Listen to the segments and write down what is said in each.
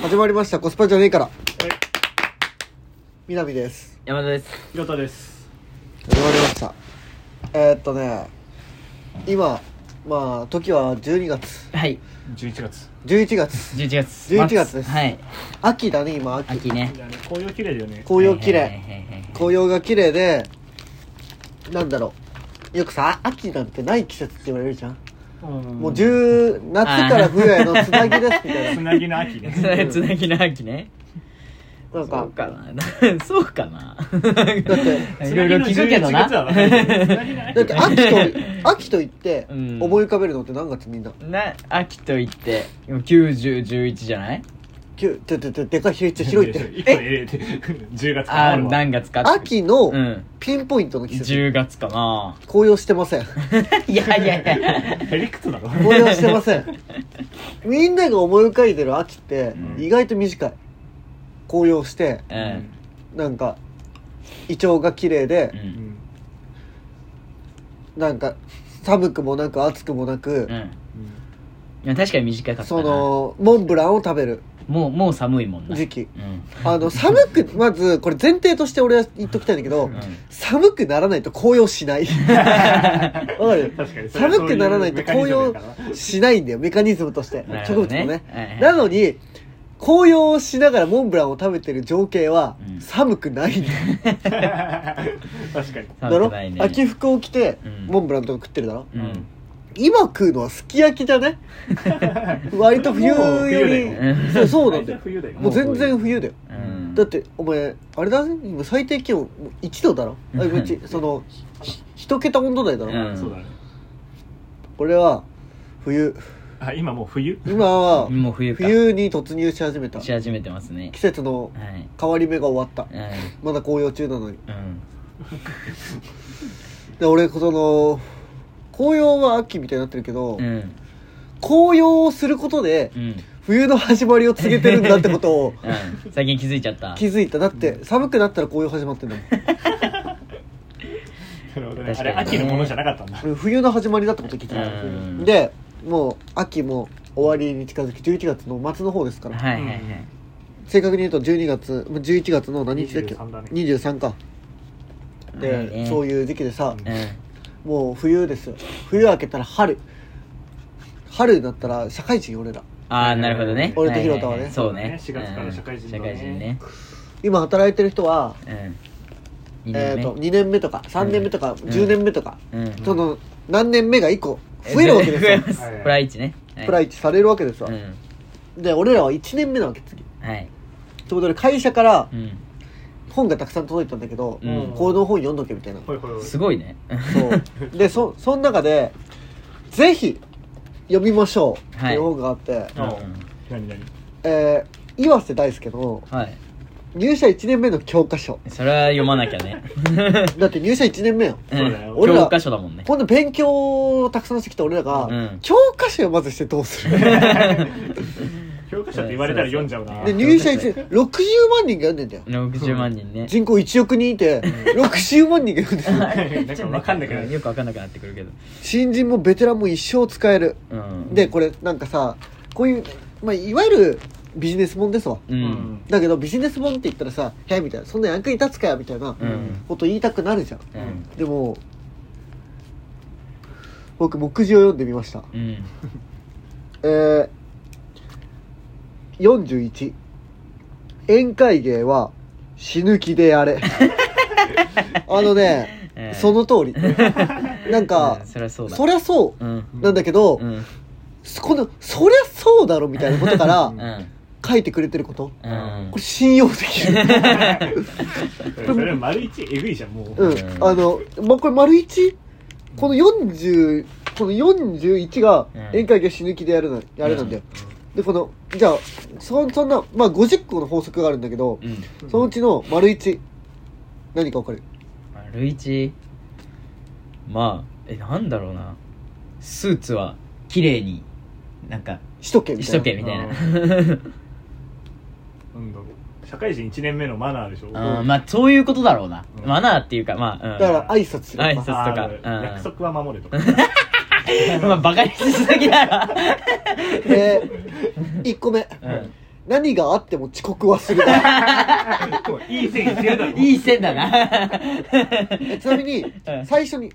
始まりましたコスパじゃねえからみなみです山田です岩田です始まりましたえー、っとね今まあ時は12月はい11月11月11月11月ですはい秋だね今秋秋ねいやね紅葉綺麗だよね紅葉綺麗、はいはいはいはい紅葉が綺麗でなんだろうよくさ秋なんてない季節って言われるじゃん、もう10夏から冬へのつなぎですみたいつななぎの秋ね はいつなぎの秋ねなんかそうかな そうかなて いろいろ聞くけどなつなぎの11月はわかるけどつなぎのだっ秋て秋 と秋と言ってうん思い浮かべるのって何月みんなな秋と言って今9011じゃないきゅてててでかい広いって広いって 一個入れて10月あああるわ何月か秋のうんピンポイントの季節10月かな紅葉してません いやいやいや ヘリクツだろ紅葉してませんみんなが思い浮かべてる秋ってうん意外と短い紅葉して うんなんかイチョウが綺麗でううんんなんか寒くもなく暑くもなくうん いや確かに短かったなそのモンブランを食べるもうもう寒いもんな時期うんあの寒くまずこれ前提として俺は言っときたいんだけどうん寒くならないと紅葉しない わかる確かにそれは寒くならないと紅葉しないんだよメカニズムとしてな植るほど物ねもねはいはいなのに紅葉をしながらモンブランを食べてる情景はうん寒くないんだよ、そういう確かにだ 寒ろくないね秋服を着てうんモンブランとか食ってるだろ、うん今食うのはすき焼きじゃ ね割と冬もうよ冬だりよそうそうなんだよ大体冬だよもう全然冬だようんだってお前あれだぜ今最低気温1度だろあうん うちそのひ一桁温度台だろ、うんそうだね俺は冬あ今もう冬今はもう冬か冬に突入し始めたし始めてますね季節のはい変わり目が終わったうまだ紅葉中なのにんうんで俺その紅葉は秋みたいになってるけど、うん紅葉をすることでうん冬の始まりを告げてるんだってことをうん最近気づいちゃった気づいただって寒くなったら紅葉始まってん だもんなるほどね確あかにれ秋のものじゃなかったんだうん冬の始まりだってこと聞いてうんたでもう秋も終わりに近づき11月の末の方ですからはいはいはい正確に言うと12月まあ11月の何日だっけ23だね23かはで、いねそういう時期でさ、うもう冬ですよ冬明けたら春春になったら社会人よ俺らんああなるほどね俺と広田はねいいいそうね4月から社会人だねうん社会人ね今働いてる人はうんえ二ー、年と目2年目とか3年目とか、10年目とか、うんその何年目が1個増えるわけです増えよますはいはいプライチねはいプライチされるわけですわ、うんで俺らは1年目なわけ次はいちょうど俺会社からうん本がたくさん届いたんだけど、うんこの本読んどけみたいな、ほいほいほいすごいねそうでそその中でぜひ読みましょうっていう本があって、あうん何何えー岩瀬大輔の はい入社1年目の教科書それは読まなきゃ ねだって入社1年目よそうだよ うん俺ら教科書だもんねほんと勉強をたくさんしてきた俺らが、うん教科書をまずしてどうする教科書って言われたら読んじゃう なで入社1年60万人が読んでんだよ60万人ね人口1億人いて60万人が読んでるなんかわかんなくなるよくわかんなくなってくるけど新人もベテランも一生使えるうんでこれなんかさこういう、まあ、いわゆるビジネス本ですわうんだけどビジネス本って言ったらさ「へえ」みたいな「そんな役に立つかよ」みたいなうんこと言いたくなるじゃん、うんでも僕目次を読んでみましたうんえー、41宴会芸は死ぬ気でや れあのね、えーその通りなんか、うんそりゃそうだそりゃそううんなんだけど、うんこのそりゃそうだろみたいなことからうん書いてくれてること、うんこれ信用でき るそれ丸一えぐいじゃんもううんあの、ま、これ丸一この40この41がうん宴会芸死ぬ気でやるなやれなんだよ、でこのじゃあそそんな、まあ、50個の法則があるんだけど、うんそのうちの丸一何か分かる丸一まあえなんだろうなスーツは綺麗になんかしとけみしたいとなけみたいなうんなんだろう社会人1年目のマナーでしょ うんまあそういうことだろうなうんマナーっていうかまあうんだから挨拶する挨と拶かあーとかうん約束は守れとか まあバカにしすぎだろで1個目、うん何があっても遅刻はするなもういい線いってるだろいい線だな えちなみにうん最初に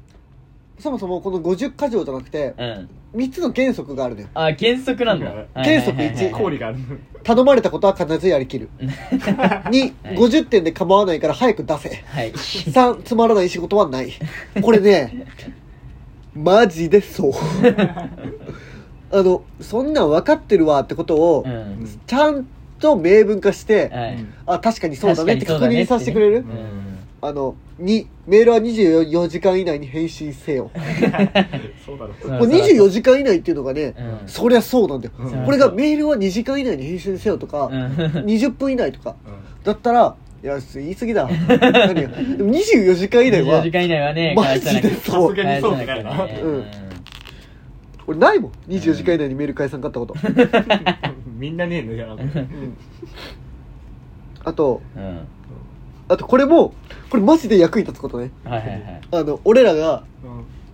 そもそもこの50箇条じゃなくてうん3つの原則があるのよあ原則なんだ原則一はいはいはい氷がある頼まれたことは必ずやり きるはい250点で構わないから早く出 せはい3つまらない仕事はないこれ ねマジでそうあのそんなん分かってるわってことを、うんちゃんと明文化して、はいあ確かにそうだねって確確かにそ認さうだねせてくれる、ううんんあの2メールは24時間以内に返信せよもそうだろそうう24時間以内っていうのがね、うんそりゃそうなんだよ、うんこれがメールは2時間以内に返信せよとか、うん20分以内とかうんだったらいや言い過ぎだ 何よでも24時間以内24は時間以内はねマジでさそすうがにそうって返さななきゃるねなうん俺ないもん24時間以内にメール返さんかったこと、みんなねえのやうんあとうんあとこれもこれマジで役に立つことねはいはいはいあの俺らが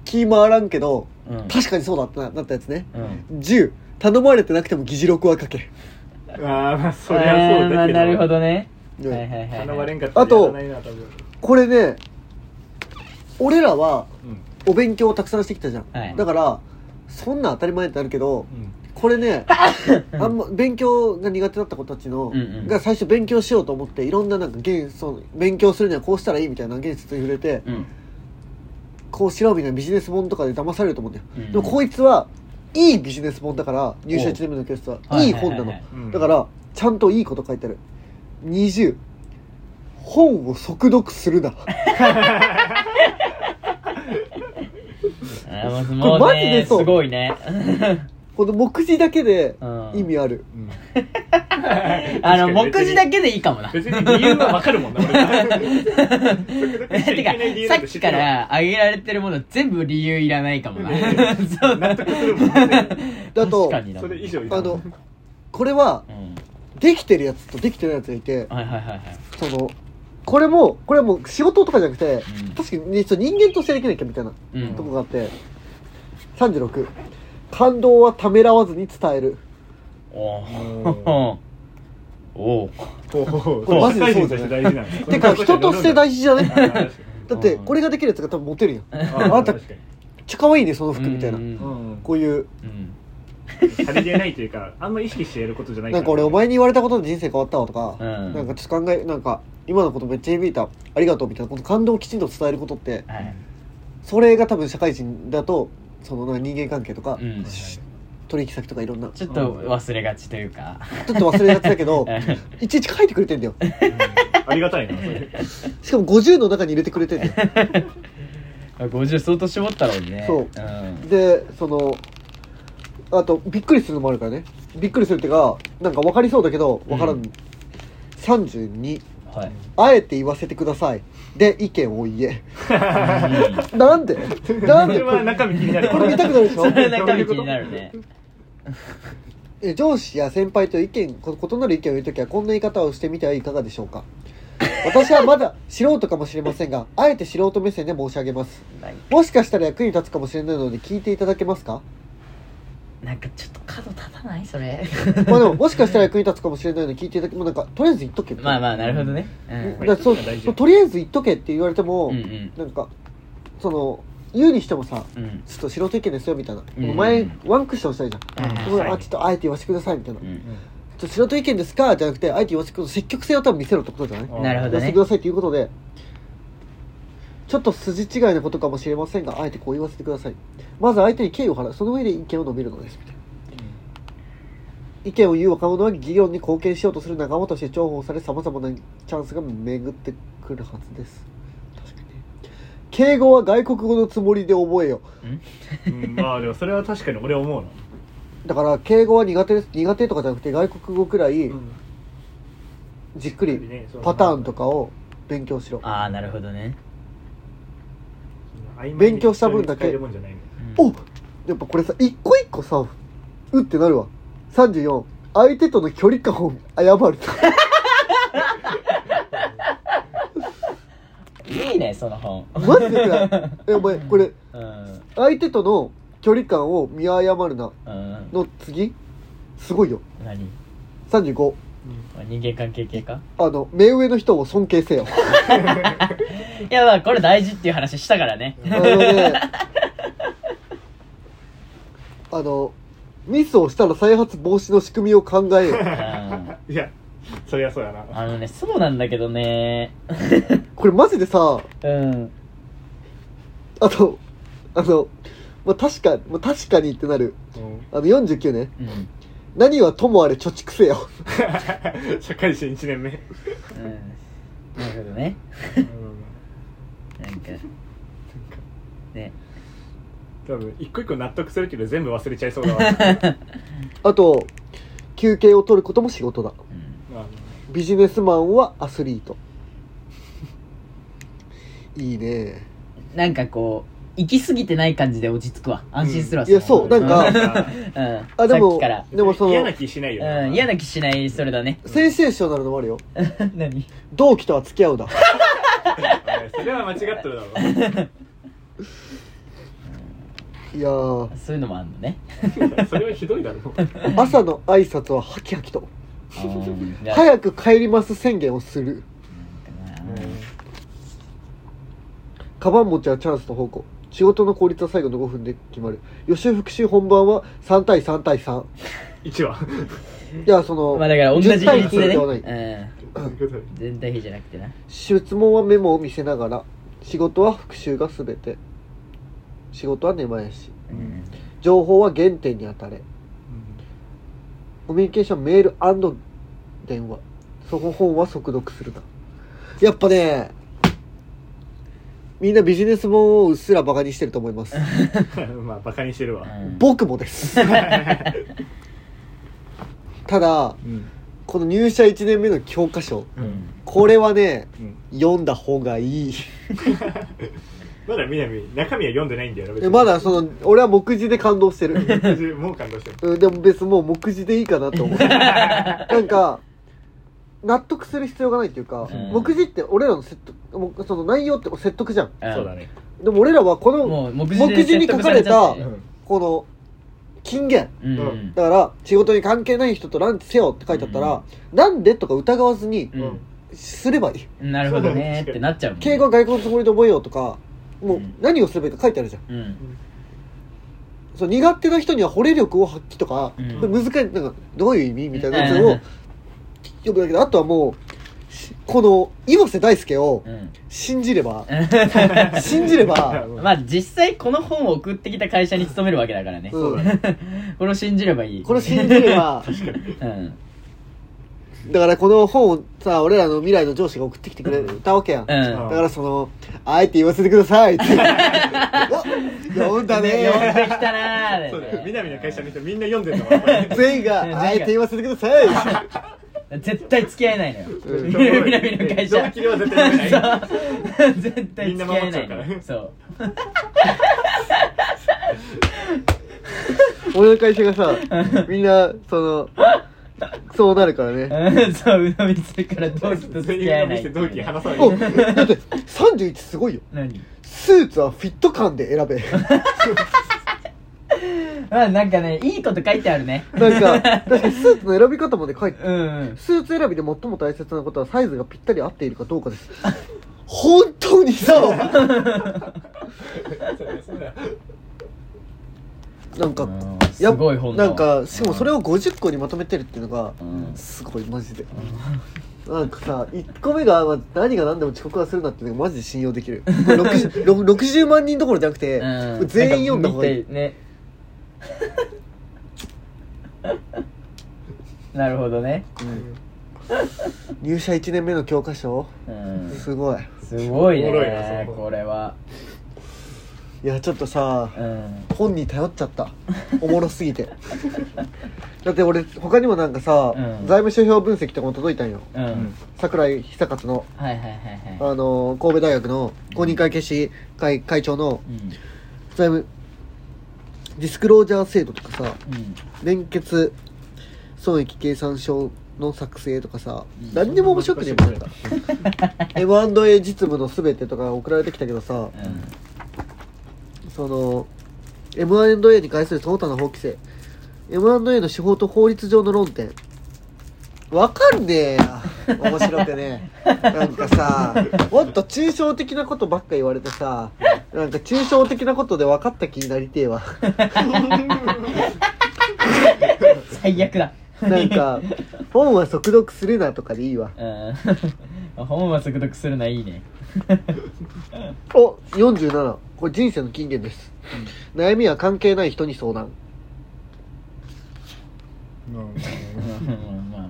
気回らんけどうん確かにそうだったななったやつねうん10頼まれてなくても議事録は書けああまあそりゃそうあーまだあけどなるほどねうんはいはいはい頼まれんかったらやらないな多分これね俺らはうんお勉強をたくさんしてきたじゃん、はいだからそんなん当たり前ってなるけどうんこれ ねあんま勉強が苦手だった子たちの、うんうんが最初勉強しようと思っていろんななんか原その勉強するにはこうしたらいいみたいな原説に触れて、うんこうしろみたいなビジネス本とかで騙されると思うんだよ、うんでもこいつはいいビジネス本だから入社1年目の教室はおいい本なの、はいはいはいうんだからちゃんといいこと書いてある20本を速読す るなあーもうこもうねれマジでそうすご いねこの目次だけでうん意味ある、うん あの目次だけけでいいかもな別に理由はわかるもんな 俺てかさっきから挙げられてるもの全部理由いらないかもな そう納得するもん ねだと確かになそれ以上いらあんのこれはうんできてるやつとできてないやつがいてはいはいはいはいそのこれもこれはもう仕事とかじゃなくて、うん確かに、ね、そう人間としてできなきゃみたいなうとこんがあって36感動はためらわずに伝えるおおーおーほうほうほうこれマジでそうだよ社会人として大事なんてか人として大事事じゃねだってうんこれができるやつが多分モテるやんああなた確かにちょ可愛いねその服みたいなうんうんこういううんさりげないというかあんま意識してやることじゃないなんか俺お前に言われたことで人生変わったわとか、うんなんかちょっと考えなんか今のことめっちゃ響いたありがとうみたいなこの感動をきちんと伝えることってはいそれが多分社会人だとそのなんか人間関係とか、うん取引先とかいろんなちちょっと忘れがちというかょっと忘れがちだけ どういちいち書いてくれてんだよありがたいなそれしかも50の中に入れてくれてんだよん50相当絞ったろうねそううんでそのあとびっくりするのもあるからねびっくりするってかなんか分かりそうだけど分からん、うん32はいあえて言わせてくださいで意見を言えうんなんでなんこでこれれは中身気になるこれ見たくなるでしょそれ中身気になるねえ上司や先輩と意見こ異なる意見を言うときはこんな言い方をしてみてはいかがでしょうか私はまだ素人かもしれませんがあえて素人目線で申し上げますもしかしたら役に立つかもしれないので聞いていただけますか なんかちょっと角立たないそれまあでももしかしたら役に立つかもしれないので聞いていただけもうなんかとりあえず言っとけまあまあなるほどねうんだからそう大事そうとりあえず言っとけって言われても、うんうんなんかその言うにしてもさうんちょっと素人意見ですよみたいな、うんお前ワンクッションしたいじゃん、うんそこではいあちょっとあえて言わせてくださいみたいな、うちょっとん素人意見ですかじゃなくてあえて言わせてください積極性を多分見せろってことじゃないあーなるほ出どしてねくださいということでちょっと筋違いなことかもしれませんがあえてこう言わせてくださいまず相手に敬意を払うその上で意見を述べるのですみたいな意見を言う若者は議論に貢献しようとする仲間として重宝されさまざまなチャンスが巡ってくるはずです確かにね敬語は外国語のつもりで覚えようんうんまあでもそれは確かに俺思うなだから敬語は苦手です苦手とかじゃなくて外国語くらいじっくそうりねそうパターンとかを勉強しろああなるほどね勉強した分だけ曖昧に使えるもんじゃないもおんやっぱこれさ一個一個さうってなるわ34相手との距離感を誤るいいねその本マジでくないえお前これうん相手との距離感を見誤るなうんの次すごいよ何35まあ人間関係系かあの目上の人を尊敬せよ いやまあこれ大事っていう話したからねあのねあのミスをしたら再発防止の仕組みを考えようあいやそりゃそうやなあのねそうなんだけどねこれマジでさうんあとあの、まあ、確か、まあ、確かにってなるうんあの49ねうん何はともあれ貯蓄せよ 社会人1年目うんなるほどねうんなんかね多分一個一個納得するけど全部忘れちゃいそうだわあと休憩を取ることも仕事だうんまあビジネスマンはアスリート いいねなんかこう行き過ぎてない感じで落ち着くわ安心するわ、うんいや そうなんかうんあでもさっきからでもその嫌な気しないようん嫌な気しないそれだね センセーショナルのもあるよ何同期とは付き合うだあそれは間違ってるだろいや ーそういうのもあんの ねうそれはひどいだろ朝の挨拶はハキハキとうんいや早く帰ります宣言をするなんかなカバン持ちはチャンスと方向仕事の効率は最後の5分で決まる予習復習本番は3対3対3 一話いやその、まあだから同じ比10対1率でではない、ね、うん、全体比じゃなくてな質問はメモを見せながら仕事は復習が全て仕事は根回しうん情報は原点に当たれコミュニケーションメール電話そこ本は速読するなやっぱねみんなビジネス本をうっすらバカにしてると思いますまあバカにしてるわうん僕もですただうんこの入社1年目の教科書うんこれはねうん読んだ方がいいまだ南中身は読んでないんだよな別えにまだその俺は目次で感動して るもう感動してるうんでも別にもう目次でいいかなと思うなんか納得する必要がないっていうか、うん目次って俺らの説得もうその内容って説得じゃんんそうだねでも俺らはこのもう目目次次にで書説得かされれちゃたってるこの金言うんうんうんだから仕事に関係ない人とランチせよって書いてあったら、なんでとか疑わずにううんんすればいい、なるほどねーってなっちゃうもん敬語は外国のつもりで覚えようとかもううん何をすればいいか書いてあるじゃんうんその苦手な人には惚れ力を発揮とか、うんこれ難しいなんかどういう意味みたいなやつをうん読むだけであとはもうしこの岩瀬大輔をうん 信じれば、信じればまあ実際この本を送ってきた会社に勤めるわけだからねうん これを信じればいいこれを信じれば うんだからこの本をさ俺らの未来の上司が送ってきてくれたわけやん、うだんからその「あえて言わせてください」 ってお読んだ読んねできたなーそうだよで南の会社の人みんな読んでんだわ全員がうん「あえて言わせてください」絶対付き合えないのようん南の会社上切りは絶対読めないそう 絶対付き合えないみんな守っちゃうかのらそう俺の会社がさみんなそのそうなるからねうんそう、うのみするから同期と付全き合え員な見いせて同期話さないおだって31すごいよ何スーツはフィット感で選 べあなんかねいいこと書いてあるねなんか確かにスーツの選び方まで書いてうんスーツ選びで最も大切なことはサイズがぴったり合っているかどうかです本当にさなんかうんやすごい本だなわんかしかもそれを50個にまとめてるっていうのがうんすごいマジでなんかさ1個目がまあ何が何でも遅刻はするなっていうのがマジで信用できる 60, 60万人どころじゃなくて、うん全員読んだ方がいいなんか見てね なるほどね入社1年目の教科書うんすごいすごいおもろいなそねのこれはいやちょっとさうん本に頼っちゃったおもろすぎて だって俺他にもなんかさ、うん財務諸表分析とかも届いたんようん桜井久勝の、はいはいはいはいあの神戸大学の公認会計士会会長のうん財務ディスクロージャー制度とかさうん連結損益計算書の作成とかさ、うん何でも面白くねえもんなんか M&A 実務の全てとか送られてきたけどさうんその M&A に関するその他の法規制 M&A の手法と法律上の論点わかんねえや面白くねなんかさもっと抽象的なことばっか言われてさなんか抽象的なことで分かった気になりてえわ最悪だなんか本は速読するなとかでいいわうん 本は速読するのはい いねお47これ人生の金言です、悩みは関係ない人に相談なんかまあまあまあ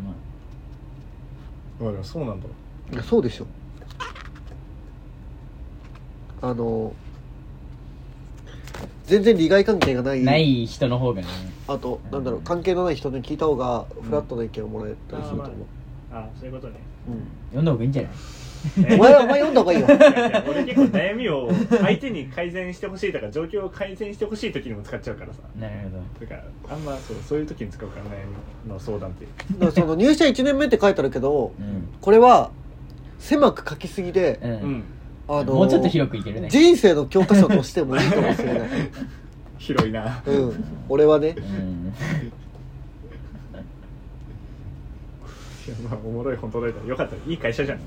まあでもそうなんだろいやそうでしょあの全然利害関係がないない人の方がねあとなんだろう関係のない人に聞いた方がフラットな意見をもらえたりすると思う、あそういうことねうん読んだ方がいいんじゃないお前はお前読んだ方がいい よいやいや俺結構悩みを相手に改善してほしいとか状況を改善してほしい時にも使っちゃうからさなるほどだからあんまそうそういう時に使うから悩みの相談ってだからその入社1年目って書いてあるけどうん、これは狭く書きすぎで、ううんんあのもうちょっと広くいけるね人生の教科書としてもいいかもしれ ない、広いなうん、俺はねうんいやまあおもろい本当だよかったいい会社じゃん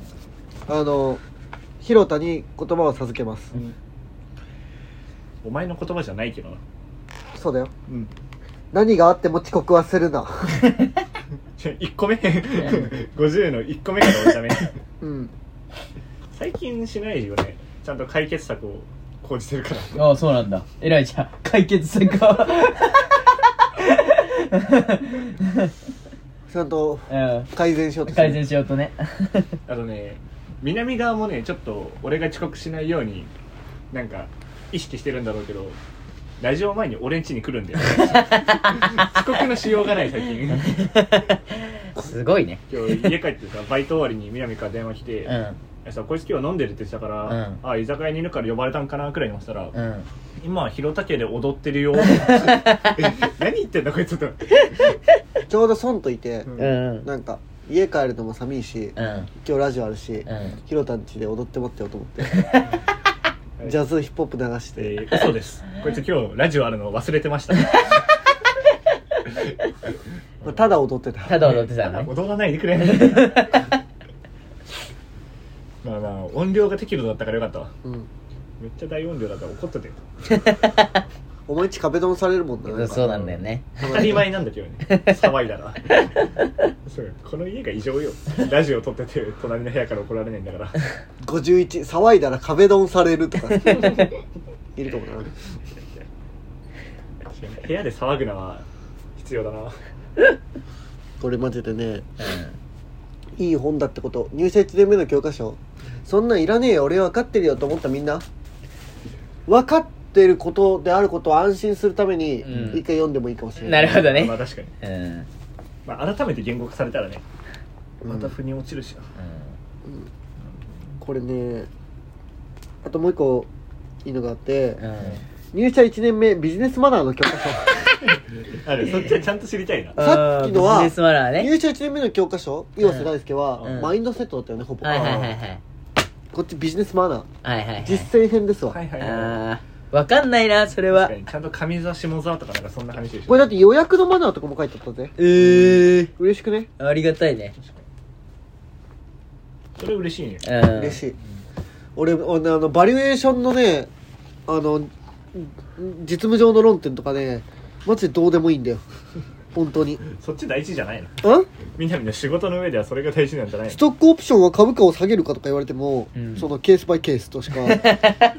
あの広田に言葉を授けますお前の言葉じゃないけどなそうだようん何があっても遅刻はする な1個目 50の1個目から俺ダメうん最近しないよねちゃんと解決策を講じてるからああそうなんだ偉いじゃん解決策がちゃんとうん改善しようとする改善しようとねあとね南側もねちょっと俺が遅刻しないようになんか意識してるんだろうけどラジオ前に俺ん家に来るん だよ遅刻のしようがない最近すごいね今日家帰ってさバイト終わりに南から電話来て、うんえさこいつ今日飲んでるって言ってたから、うんあ居酒屋にいるから呼ばれたんかなくらいのしたら、うん今広田家で踊っ てるよ何言ってんだこいつとちょうど損といて、う、うんなんか家帰るのも寂しいしうん今日ラジオあるし、うんヒロタんちで踊って待ってようと思って、い ジャズヒップホップ流して、えー嘘ですこいつ今日ラジオあるの忘れてましたまあただ踊ってたただ踊ってたのね踊らないでくれまあまあ音量が適度だったからよかったわうん、めっちゃ大音量だったら怒ってたよお前んち壁ドンされるもんなうんそうなんだよね当たり前なんだけどね騒いだらそうこの家が異常よラジオ撮ってて隣の部屋から怒られないんだから51騒いだら壁ドンされるとか いるかもな部屋で騒ぐのは必要だなこれマジでねういい本だってこと入社1年目の教科書そんなんいらねえよ俺分かってるよと思ったみんな分かってることであることを安心するためにうん一回読んでもいいかもしれんな、ないるほどねまあ確かに、うんうんまあ、改めて言語化されたらねうんまた腑に落ちるしな、これねあともう一個いいのがあって、うん入社1年目ビジネスマナーの教科 書あれそっちはちゃんと知りたいなさっきのはビジネスマナーね入社1年目の教科書岩瀬大輔は、うんマインドセットだったよねほぼ、はいはいはいはいこっちビジネスマナーはいはい実践編ですわ、はいはいはいあーわかんないなそれは確かにちゃんと上座下座とかなんかそんな話でしょこれだって予約のマナーとかも書いてあったぜえー嬉しくね、ありがたいねそれ嬉しいねうん嬉しい俺俺あのバリエーションのねあのん実務上の論点とかねマジでどうでもいいんだよ本当にんそっち大事じゃないのみなみの仕事の上ではそれが大事なんじゃないのストックオプションは株価を下げるかとか言われても、うんそのケースバイケース としか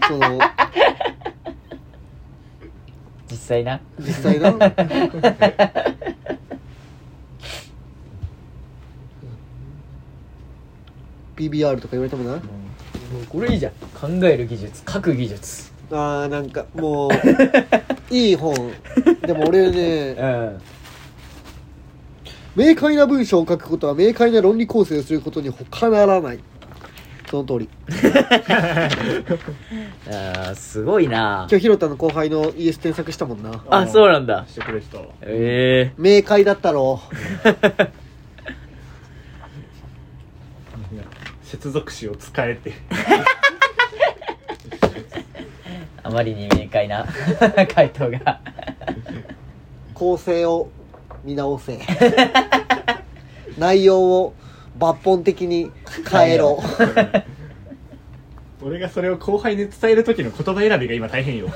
その実際な実際な PBR とか言われてもなもうこれいいじゃん考える技術書く技術あーなんかもう いい本でも俺ねん明快な文章を書くことは明快な論理構成をすることに他ならないその通りあーすごいな今日ひろたの後輩の ES 添削したもんなあそうなんだしてくれる人え明快だったろ接続詞を使えってえあまりに明快な 回答が 構成を見直せ内容を抜本的に変えろ俺がそれを後輩に伝える時の言葉選びが今大変よ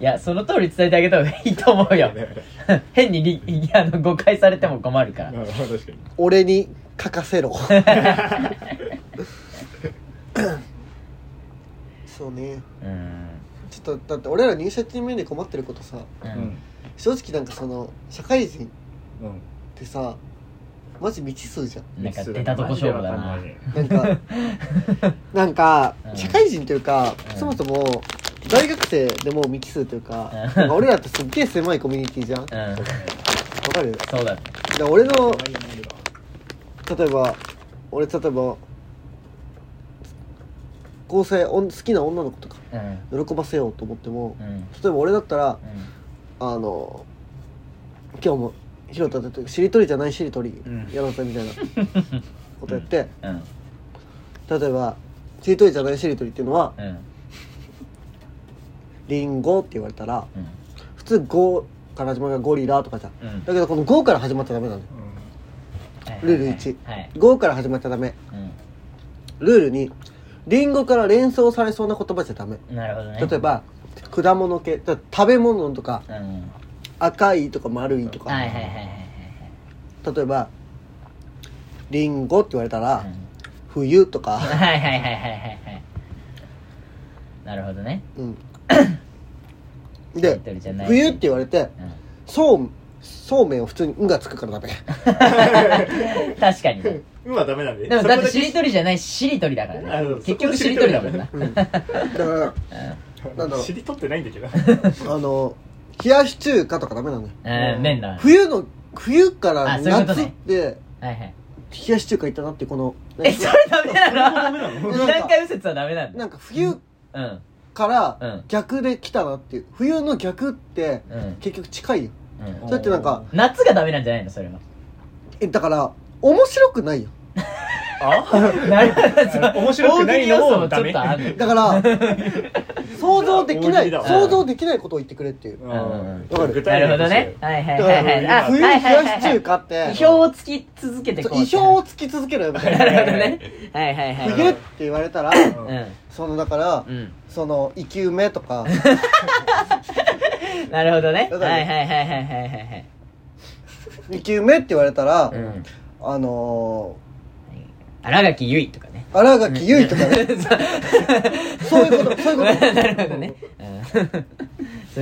いやその通り伝えてあげた方がいいと思うよ変にりあの誤解されても困るからまあ確かに俺に書かせろ そうねうんちょっとだって俺ら入社チームで困ってることさううんん正直なんかその社会人っうんてさマジ未知数じゃんなんか出たとこ勝負だなマジでなんか なんかうん社会人というか、うんそもそも大学生でもう未知数というか,、うんなんか俺らってすっげえ狭いコミュニティじゃんわうんかるだかそうだねら俺のわかんないよ例えば俺例えば交際おん好きな女の子とかうん喜ばせようと思ってもうん例えば俺だったらうんあの今日もヒロタとしりとりじゃないしりとりうんやろうぜみたいなことや って、うん例えばしりとりじゃないしりとりっていうのはうんリンゴって言われたらうん普通ゴから始まるからゴリラとかじゃんうんだけどこのゴから始まっちゃダメなのよルール1はいゴから始まっちゃダメうルール2リンゴから連想されそうな言葉じゃダメんなるほどね例えば果物系だ食べ物とかうん赤いとか丸いとか、はいはいはいはい例えばリンゴって言われたら、はいうん冬とかはいはいはいはいはいはいなるほどね うんしでりとりじゃない冬って言われてうんそうそうめんを普通に「ん」がつくからダメ 確かにねうんはダメなんででもだってそしこりとりじゃないしりとりだからあそうね結局しりとりだもんなだからなんだろう知りとってないんだけどあの冷やし中華とかダメなのよ うん麺だ冬の冬からあそういうこと夏ねってはいは冷いやし中華行ったなってこのえそれダメなのそれもダメなの段階右折はダメなんだなんか冬うんからうん逆で来たなっていう冬の逆ってうん結局近いようんそれってなんか夏がダメなんじゃないのそれはえだから面白くないよなるほど面白くないのもダ大喜利要素もちょメっとあるだから 想像できな大喜い利だわ想像できないことを言ってくれっていううんわかる具な体るほ例とどしてねはいはいだかはいはいらあ冬はい冷はいはいやし中華って意表をつき続けてそうこ意う表をつき続けろよみたいなるほどなねはいはいはい冬って言われたらうそのだからんその生き埋めとか うんなるほどねだはからいはいはいはいはいはいはい生き埋めって言われたらうんあの新垣結衣とかねー新垣結衣とかね そういうことそういうことなるほどねうんそ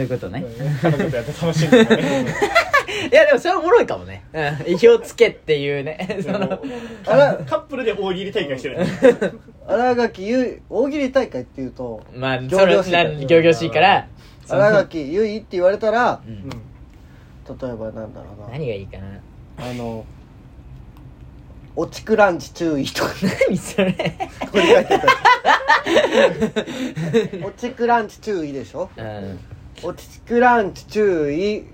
ういうことね家族とやって楽しんでねいやでもそれおもろいかもねうん意表をつけっていうねそのあらカップルで大喜利大会してる 新垣結衣大喜利大会っていうとまあそ仰れ々しいからな仰々しいからその新垣結衣って言われたらううんん例えばなんだろうな何がいいかなあのおちくランチ注意とかね何それこれ書いて たおちくランチ注意でしょうんおちくランチ注意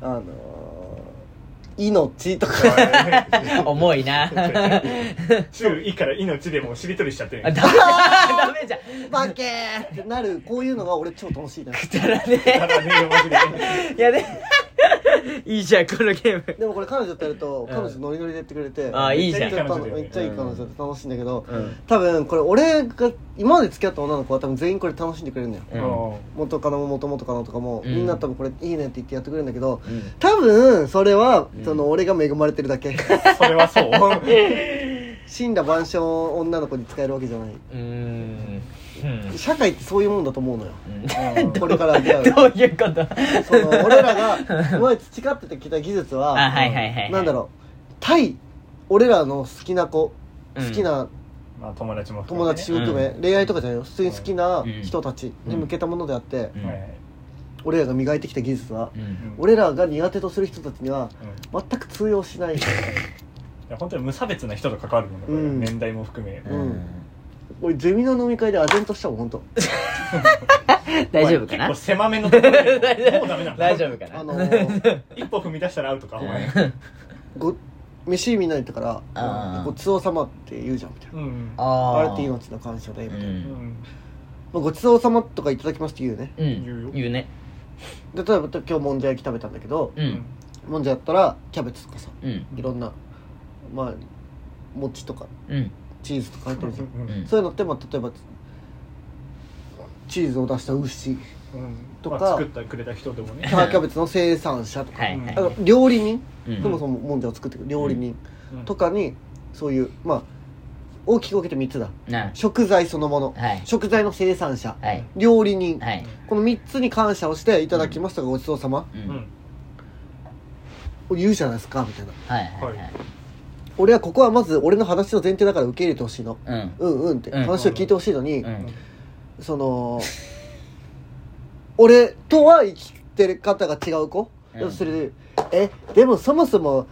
あのー、命とか重 いな中いから命でもうしりとりしちゃってあダメるだダメじゃんバケーってなるこういうのが俺超楽しいなくだらねただねマジでえいやねいいじゃんこのゲームでもこれ彼女とやるとん彼女ノリノリでやってくれてあーいいじゃめんっち楽彼女だよめねっちゃいい彼女で楽しいんだけど、うん多分これ俺が今まで付き合った女の子は多分全員これ楽しんでくれるんだよう元カノも元々カノとかも、うんみんな多分これいいねって言ってやってくれるんだけどん多分それは、うんその俺が恵まれてるだ けそれはそう死んだ万象を女の子に使えるわけじゃないうーんうん社会ってそういうもんだと思うのようんこれから出会うどういうことその俺ら が今まで培ってきた技術はあはいはいはいなんだろう対俺らの好きな子好うんきなまあ友達も含友めてね達含め、う恋愛とかじゃないよ普通に好きなうん人たちに向けたものであって、うんはいはい俺らが磨いてきた技術は、うんうん俺らが苦手とする人たちにはうんい全く通用し ないや本当に無差別な人と関わるもんだからうん年代も含めん俺ゼミの飲み会で唖然としたもん本当大丈夫か結構な狭めのところでもうダメな の大丈夫かあなのー一歩踏み出したらアウトかお前ご飯見ないってか あらーごちそうさまって言うじゃんみたいなうんああーれって命の感謝でみうたいな、まんんあ、ごちそうさまとかいただきますって言うよねうん言うよ言うねで例えば今日もんじゃ焼き食べたんだけどうんもんじゃやったらキャベツとかさうんいろんなまあ餅とかうんチーズとか入ってるじゃんうんそういうのって、まあ、例えばチーズを出した 牛とかまあ作ったくれた人でもねキャキャベツの生産者とか、はいはいあの料理人、うんそもそももんじゃを作ってくる料理人うんとかにそういうまあ大きく分けて3つだな食材そのもの、はい食材の生産者、はい料理人、はいこの3つに感謝をして「いただきました」が「ごちそうさまう」うんんを言うじゃないですかみたいなはいはいはい俺はここはまず俺の話の前提だから受け入れてほしいのうんうんうんってうん話を聞いてほしいのに、うんその俺とは生きてる方が違う子、うんそれで「えでもそもそも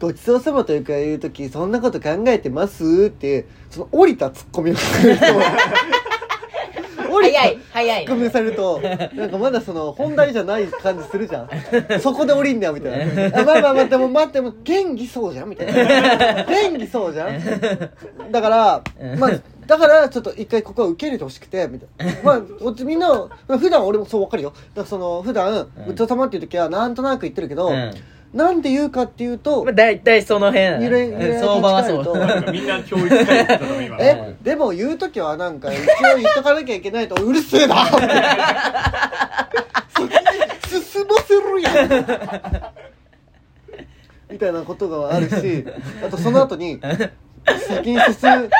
ごちそうさまというか言う時そんなこと考えてます?」ってその降りたツッコミをする人 降りた早い早いツッコミされるとなんかまだその本題じゃない感じするじゃ んそこで降りんだよみたいなあまあまあまあでも待っても元気そうじゃんみたいな元気そうじゃんだからまあだからちょっと一回ここは受け入れてほしくてみたいなまあこっちみんなまあ普段俺もそうわかるよだからその普段うん「うちょさま」っていう時はなんとなく言ってるけど、うんなんで言うかっていうとまあ 大体その辺揺れ揺れ相場はそ立ちう返なる んかみんな教育されてたの今えでも言う時はなんか一応言っとかなきゃいけないとうるせえなそ進ませるやんみたいなことがあるしあとその後に先に進む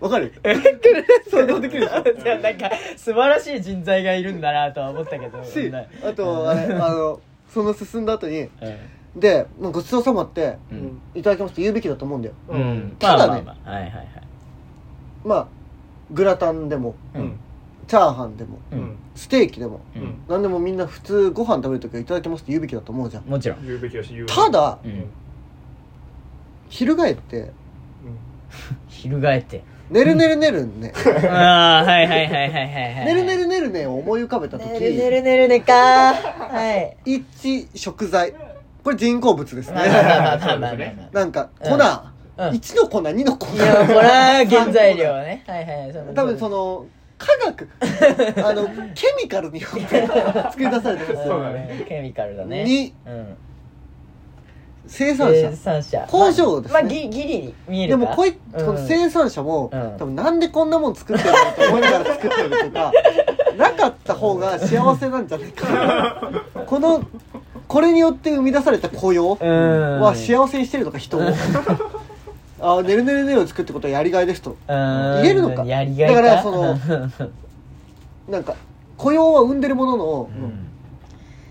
わかる想像できるでしょ いやなんか素晴らしい人材がいるんだなとは思ったけど しないあとあれあのその進んだ後にうでまあごちそうさまって、んいただきますって言うべきだと思うんだようんうんまたあだまねあまあはいはいはいまあグラタンでもうんチャーハンでもううんんステーキでもううんんなんでもみんな普通ご飯食べるときはいただきますって言うべきだと思うじゃんもちろん言うべきだし言うただうん翻って翻ってねるねるねるねああはいはいはいはいはいはいねるねるねるねを思い浮かべたときねるねるねるねかはい一食材これ人工物ですまあまねあまあまあまあまあまなんか粉うんうん1の粉2の粉あいやこれは原材料ねはいはいそう多分その科学あ のケミカルによって作り出されてうんまそうだねケミカルだねにうんす生産者生産者工場ですねまあぎギリに見えでるかもこい、うんこの生産者も、うん多分なんでこんなもん作ってるのと思いながら作ってるとかなかった方が幸せなんじゃないかこのこれによって生み出された雇用うんは幸せにしてるのか 人をああねるねるねるを作ってことはやりがいですと言言えるのかやりがだいからそのなんか雇用は生んでるもののう、ん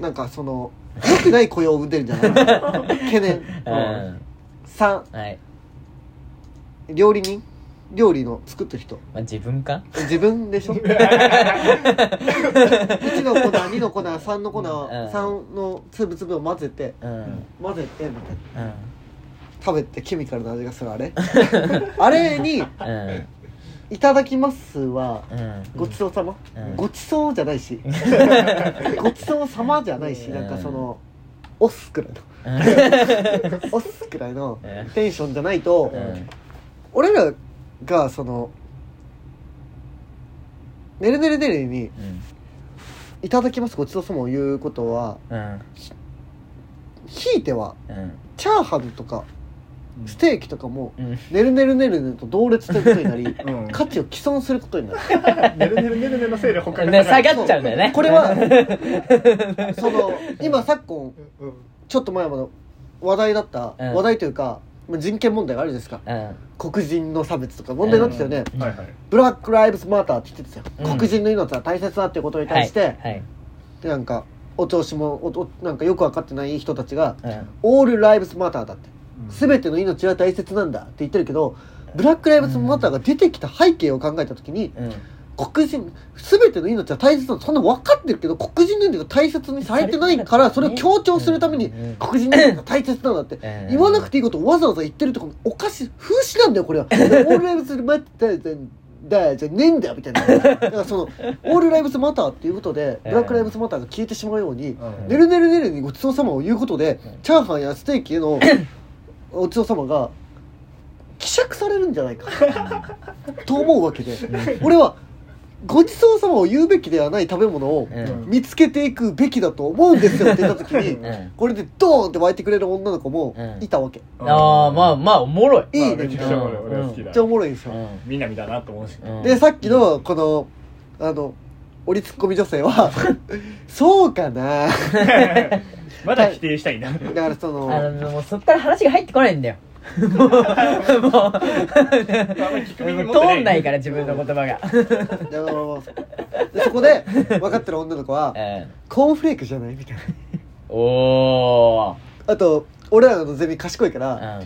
なんかその良くない雇用を生んでるんじゃないか な懸念うん3はい料理人料理の作ってる人まあ自分か自分 でしょ1の粉2の粉3の粉うん3の粒々を混ぜてうん混ぜてみたいなうん食べてケミカルな味がするあ れあれにうん「いただきます」はうんごちそうさま、うんごちそうじゃない しごちそうさまじゃないしなんかそのオスくらいのオスくらいのうんテンションじゃないと、うん俺らがその「ねるねるねる」にうん「いただきますごちそうさま」を言うことはうんひいてはうんチャーハンとかステーキとかもうんねるねるねるねと同列ということになり、うん価値を毀損することになるねるねるねるねのせいで他ねが下がっちゃうんだよねこれはその今昨今ちょっと前まで話題だった、うん話題というかまあ人権問題があるじゃないですかうん黒人の差別とか問題になってたよね、うんはいはいブラック・ライブズ・マターって言ってたよ、うん黒人の命は大切だっていうことに対して、はいでなんかお調子もおおなんかよく分かってない人たちがはい「オール・ライブズ・マター」だって全ての命は大切なんだって言ってるけどブラック・ライブズ・マターが出てきた背景を考えた時にうんうん黒人全ての命は大切なのそんな分かってるけど黒人の命が大切にされてないからそれを強調するためにうん黒人の命が大切なんだってうん言わなくていいことをわざわざ言ってるとこおかしい風刺なんだよこれはオールライブズマターだじゃねえんだよみたいな だからそのオールライブズマターっていうことでブラックライブズマターが消えてしまうように「ねるねるねる」にごちそうさまを言うことでチャーハンやステーキへの ごちそうさまが 希釈されるんじゃないかと思うわけで俺はごちそうさまを言うべきではない食べ物をうん見つけていくべきだと思うんですよって言った時に、うんこれでドーンって湧いてくれる女の子もうんいたわけ、ああまあまあおもろいいいねまあめちゃくちゃ俺俺は好きめだっちゃおもろいんですよ、う南だなと思うしんでさっきのこのあの折りツッコミ女性はそうかな まだ否定したいなだからそのあのもうそっから話が入ってこない んだよもうもう聞く耳持ってない通んないから自分の言葉がだからもうでそこで分かってる女の子はうんコーンフレークじゃないみたいなおあと俺らのゼミ賢いから、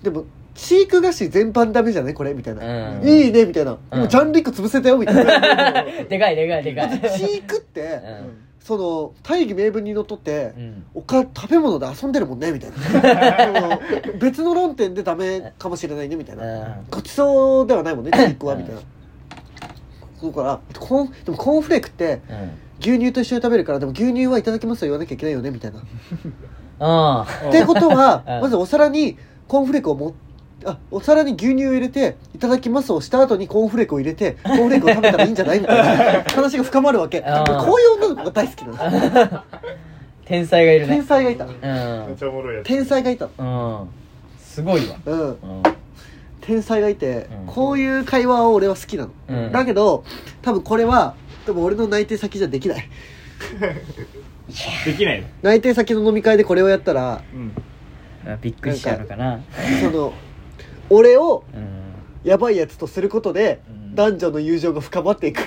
ーでも飼育菓子全般ダメじゃないこれみたいな、うんいいねみたいな、うんもうジャンル一個潰せたよみたいな うんでかいでかいでかい飼育って、うんその大義名分にのっとって、うんおか食べ物で遊んでるもんねみたい なでも別の論点でダメかもしれないねみたいな、うんごちそうではない もんね飼育はみたいな、うそうからコーンでもコーンフレークってうん牛乳と一緒に食べるからでも牛乳はいただきますよ言わなきゃいけないよねみたいなあーってことは、うんまずお皿にコーンフレークをもあお皿に牛乳を入れて「いただきます」をした後にコーンフレークを入れてコーンフレークを食べたらいいんじゃないみたいな 話が深まるわけんこういう女の子が大好きなの天才がいる天ね才がいたうんめっちゃおもろいやつ天才がいたうんすごいわうんうん天才がいて、うんこういう会話を俺は好きなの、うんだけど多分これは多分俺の内定先じゃできないできない内定先の飲み会でこれをやった らうんびっくりしちゃうのかなその俺をうんやばいやつとすることで、うん男女の友情が深まっ ていく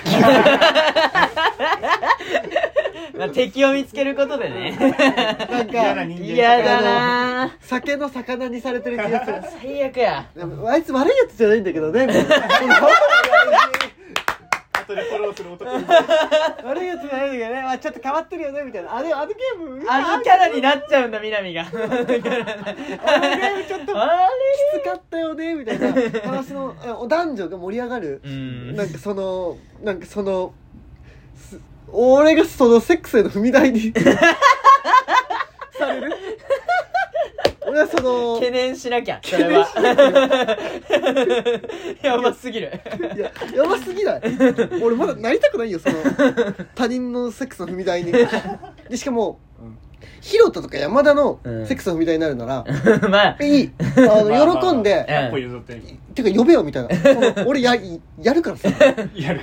まあ敵を見つけることでねなんか嫌な人間 嫌だなー酒の魚にされてる気がする最悪やでもあいつ悪いやつじゃないんだけどねみたいな後でフォローする男悪いやつじゃないんだけどね、まあ、ちょっと変わってるよねみたいなあれあのゲームあのキャラになっちゃうんだ南が あれちょっとあきつかったよねみたいな話のえお男女が盛り上がるうんなんかそのなんかそのす俺がそのセックスへの踏み台にされる 俺はその懸念しなきゃそれ はやばすぎるいややばすぎない俺まだなりたくないよ その他人のセックスの踏み台にでしかも、うんヒロタとか山田のうんセックスの踏み台になるなら、 まあいいあの、まあまあ喜んで、え一歩譲っててか呼べよみたいなその俺ややるからさやる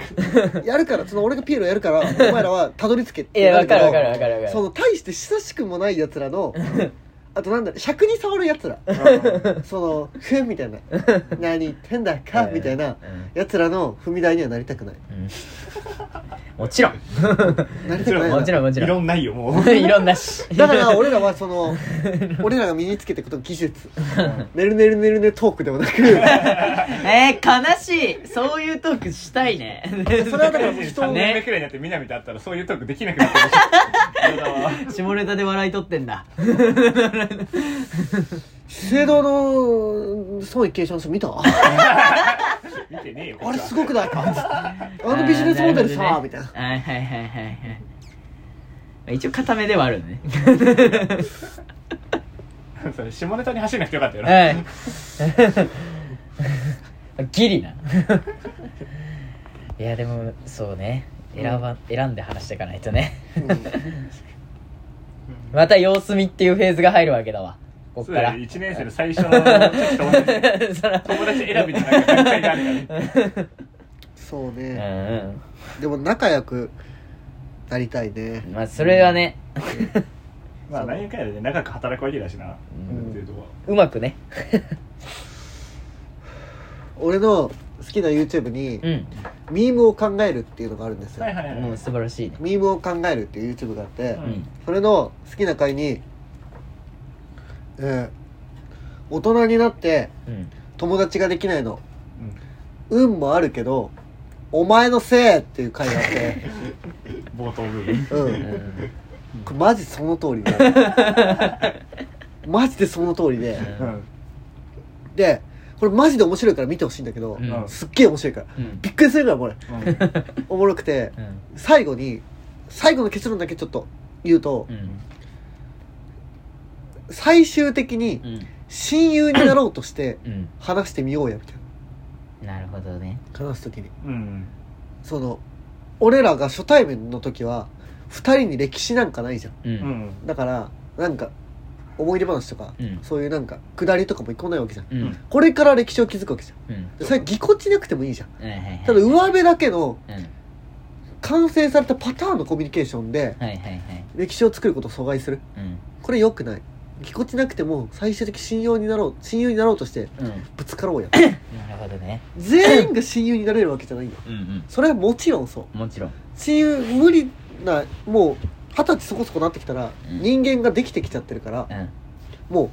やるからその俺がピエロやるからお前らはたどり着けっいてやなわるけかどるわかるわかるわかそるの大して親しくもないやつらのあとなんだろう尺に触るやつらそのふんみたいな何言ってんだかみたいなうんやつらの踏み台にはなりたくないうんも ちろんなりたくないなもちろんもち いろろんんないよも ういろんなしだから俺らはその 俺らが身につけていくこと技術ねるねるねるねトークでもなくそれえー、悲しいそういうトークしたいねはだから もう人3を、年目くらいになって南と会ったらそういうトークできなくな ってました下ネタで笑い取ってん だ資生堂の孫一慶さんの人見たあ見てねえよれすごくないかあのビジネスモデルさ、あーみたいなはいはいはいはいはいまあ一応固めではあるの ね それ下ネタに走らなくてよかったよなはいギ リないやでもそうね選ば、選んで話していかないとねまた様子見っていうフェーズが入るわけだわこっそうかだらよ1年生の最初の時と同じ そら 友達選びのなんか段階があるからねそううね、んでも仲良くなりたいねうんまあそれはねまあ何やかんやでね長く働くわけだしな、うんっていうとこはうまくね俺の好きな YouTube に、うんミームを考えるっていうのがあるんですよ、はいはいはい、もう素晴らしいねミームを考えるっていう YouTube があって、ううんんそれの好きな回に、えー大人になってうん友達ができないのうん運もあるけどお前のせいっていう回があ って、冒頭部分う、うんんこれマジその通りでマジでその通りででこれマジで面白いから見てほしいんだけど、うんすっげえ面白いからうんびっくりするからこれおもろくてうん最後に最後の結論だけちょっと言うと、うん最終的にうん親友になろうとしてうん話してみようやみたいなるほどねな話す時にうんその俺らが初対面の時は2人に歴史なんかないじゃんうん、うんだからなんか思い出話とか、うんそういうなんか下りとかも一個もないわけじゃんうんうんこれから歴史を築くわけじゃんうんでそれぎこちなくてもいいじゃんはいはいはいただ上辺だけのうんはい完成されたパターンのコミュニケーションではいはい歴史を作ることを阻害するうんこれ良くないぎこちなくても最終的信用になろう親友になろうとしてうんぶつかろう やなるほどね全員が親友になれるわけじゃないようんそれはもちろんそううんもちろん親友無理なもう二十歳そこそこなってきたらうん人間ができてきちゃってるからうんも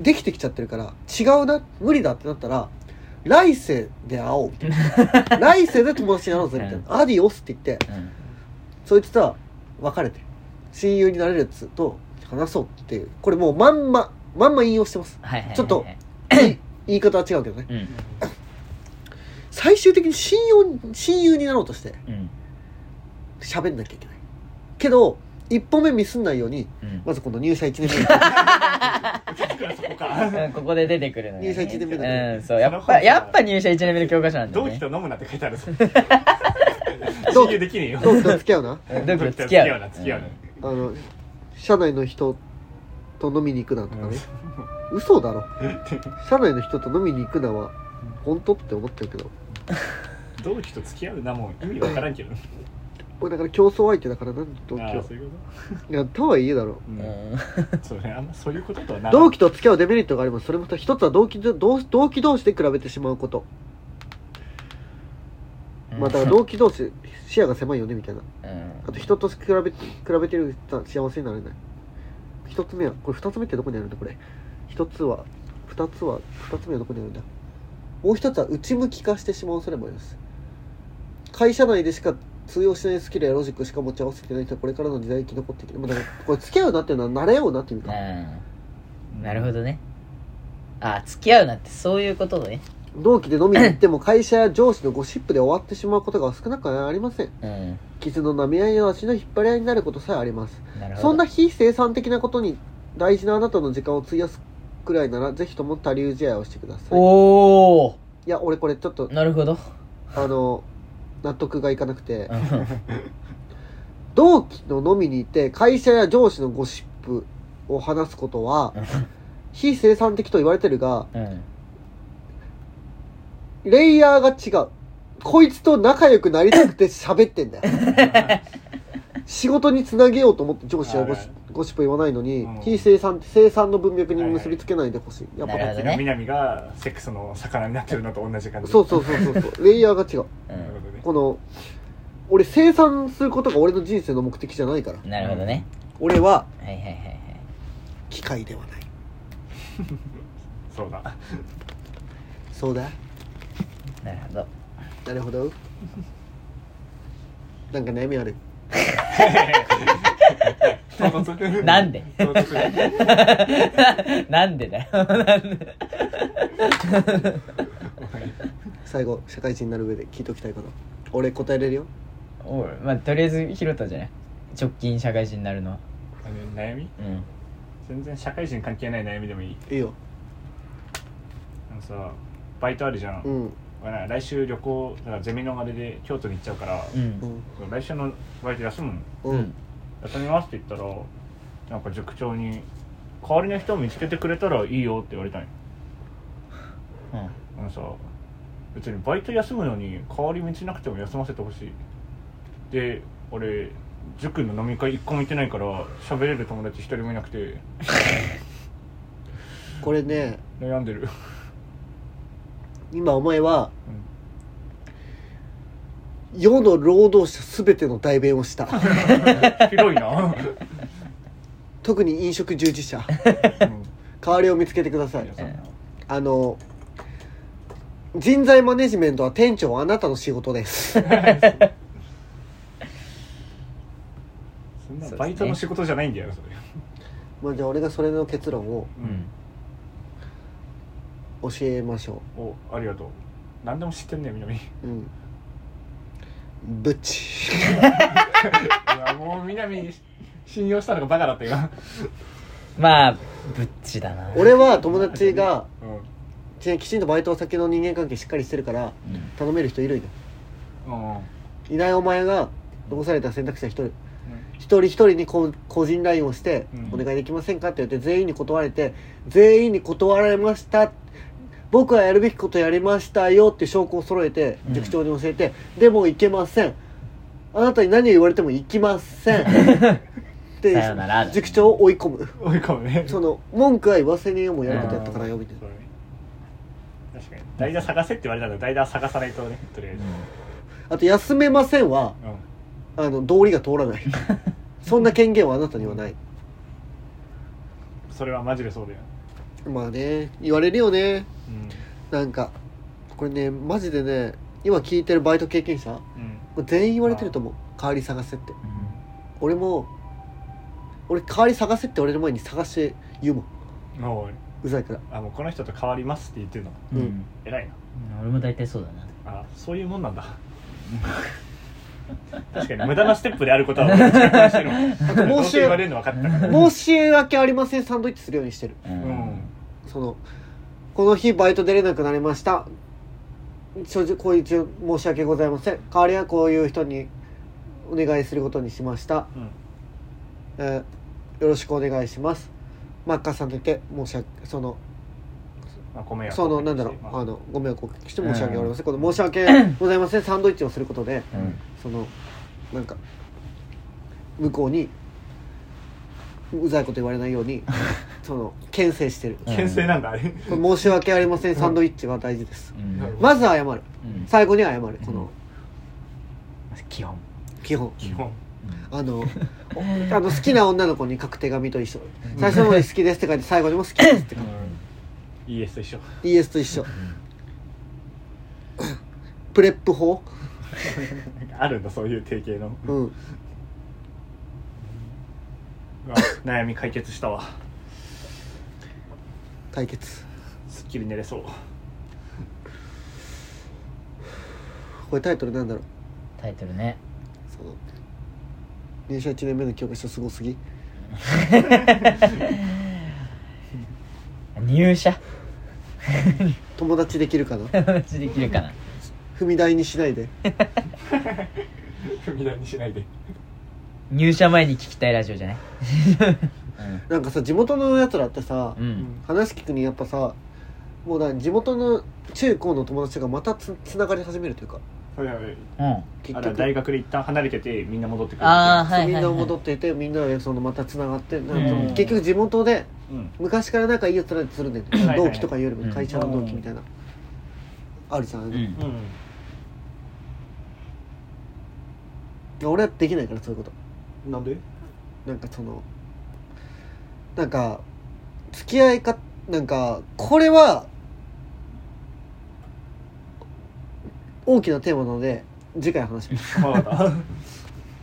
うできてきちゃってるから違うな無理だってなったら来世で会おうみたいな 来世で友達になろうぜみたいなアディオスって言ってうんそいつとは別れて親友になれるやつと話そうっていうこれもうまんままんま引用してます はいはいはいはいちょっと言い言い方は違うけどねうん最終的に信用親友になろうとしてうん喋んなきゃいけないけど一歩目ミスんないようにうんまずこの入社1年目 そこかうんここで出てくるのよね入社一年目だねうんそうやっぱやっぱ入社1年目の教科書なんだよ同ね期と飲むなって書いてある ぞ同期親友できねえよどうと付き合うなうん同期と付き合うな付き合うなあの社内の人と飲みに行くなとかね、嘘だ ろ社内の人と飲みに行くなは本当って思ってるけど同期と付き合うなもう意味わからんけど俺だから競争相手だから何同期ああはそういうこいやとはいえだろとううんんそれあんまそういうこととはな同期と付き合うデメリットがありますそれも一つは同期同同期同士で比べてしまうこと、まあだから同期同士視野が狭いよねみたいなうんあと人と比べ比べてる人は幸せになれない一つ目はこれ二つ目ってどこにあるんだこれ一つは二つは二つ目はどこにあるんだもう一つは内向き化してしまう恐れもあります会社内でしか通用しないスキルやロジックしか持ち合わせてない人はこれからの時代生き残っていけるまあだからこれ付き合うなっていうのは慣れようなっていうかうんなるほどねあ付き合うなってそういうことね同期で飲みに行っても会社や上司のゴシップで終わってしまうことが少なくはありませんうん傷の舐め合いや足の引っ張り合いになることさえありますなるほどそんな非生産的なことに大事なあなたの時間を費やすくらいならぜひとも他流試合をしてくださいおおいや俺これちょっとなるほ どあの納得がいかなくて同期の飲みにいて会社や上司のゴシップを話すことは非生産的と言われてるがうんレイヤーが違うこいつと仲良くなりたくて喋ってん だよ仕事につなげようと思って上司やゴシあるゴシップ言わないのに、うん非生産生産の文脈に結びつけないでほしい、やっぱなるほど昨日南がセックスの魚になってるのと同じ感じそうそうそうそうそうレイヤーが違ううなるほんどねこの俺生産することが俺の人生の目的じゃないからなるほどね俺ははいはいはいはい機械ではないそ うだそうだなるほどなるほどなんか悩みあるなんで 唐突になんでだよなんで最後社会人になる上で聞いときたいこと俺答えれるよおいまあとりあえず拾ったじゃない直近社会人になるのはあの悩みうん全然社会人関係ない悩みでもいいいいよあのさバイトあるじゃん、うん俺な来週旅行だからゼミのあれで京都に行っちゃうから、うん来週のバイト休むのうんうん休みますって言ったらなんか塾長に「代わりの人を見つけてくれたらいいよ」って言われたんようんあのさ別にバイト休むのに代わり見つけなくても休ませてほしいで俺塾の飲み会一個も行ってないから喋れる友達一人もいなくてこれね悩んでる今お前は世の労働者全ての代弁をした 広いな、特に飲食従事者うん代わりを見つけてくださいいやそんなあの人材マネジメントは店長はあなたの仕事です そんなバイトの仕事じゃないんだよそれまあじゃあ俺がそれの結論をうん教えましょおありがとう何でも知ってんねみなみいううんブチやもうみなみ信用したのがバカだった今まあぶっちだな 俺は友達がうんちなみにきちんとバイトお酒の人間関係しっかりしてるからうん頼める人いるんようんいないお前が残された選択肢は一人一人一人にこう個人 LINE をしてうん「お願いできませんか?」って言って全員に断れて全員に断られました僕はやるべきことやりましたよっていう証拠を揃えてうん塾長に教えて、でも行けませんあなたに何を言われても行きま せんってさよなら塾長を追い込む多いかもねその文句は言わせねえよもうやることやったからよみたいなそうね確かに代打探せって言われたら代打探さないとねとりあえず、あと休めませんはうんあの道理が通らないそんな権限はあなたにはないそれはマジでそうだよ、まあね言われるよねうんなんかこれねマジでね今聞いてるバイト経験者うん、全員言われてると思う代わり探せって俺も俺代わり探せって俺の前に探して言うもんもううざい からあもうこの人と変わりますって言ってるのうん、ううんん、偉いな俺も大体そうだなあそういうもんなんだ確かに無駄なステップであることは 俺は実感してるもんあとど申うせし言われるの分かったか申らし訳ありませんサンドイッチするようにしてるううんんそのこの日バイト出れなくなりました正直こういう一応申し訳ございません代わりはこういう人にお願いすることにしました、うんえーよろしくお願いしますマッカーさんといて申し訳そのまあ、ご迷惑そのなんだろうまああのご迷惑をおかけして申し訳ございません、この申し訳ございませんサンドイッチをすることでうんそのなんか向こうにうざいこと言われないよう にその牽制してるうん牽制なんだあれこれ申し訳ありませんサンドイッチは大事ですうんなるほどまずは謝るうん最後には謝るこの基本基本基本あのおあの好きな女の子に書く手紙と一緒最初の方に好きですって書いて最後にも好きですって書く ES と一緒 ES と一緒プレップ法なんかあるんだそういう定型 のうんうわ悩み解決したわ解決すっきり寝れそうこれタイトルなんだろうタイトルねその入社1年目の教科書すごすぎ入社 友達できるかな話できるかな踏み台にしないで踏み台にしないで入社前に聞きたいラジオじゃないなんかさ地元のやつらってさ、うん、うん話聞くにやっぱさもうだ地元の中高の友達がまたつつながり始めるというかはいはいはいうん、結あ局ら大学で一旦離れててみんな戻ってくるあーはいはいはいみんな戻っていてみんなでそのまたつながってなんかうん結局地元でうん昔から仲いいやつらでするんだよはいはい同期とかいうよりうもん会社の同期みたいな、あるじゃん、うんうん俺はできないからそういうことなんでなんかそのなんか付き合いかなんかこれは大きなテーマなので次回話し ますわかった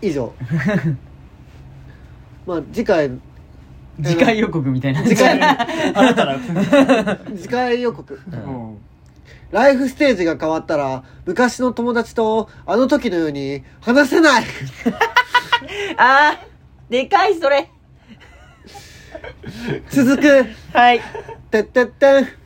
以上まあ次回次回予告みたいな次回 新たな次回予告うんライフステージが変わったら昔の友達とあの時のように話せない あーでかいそれ続くはいてってってん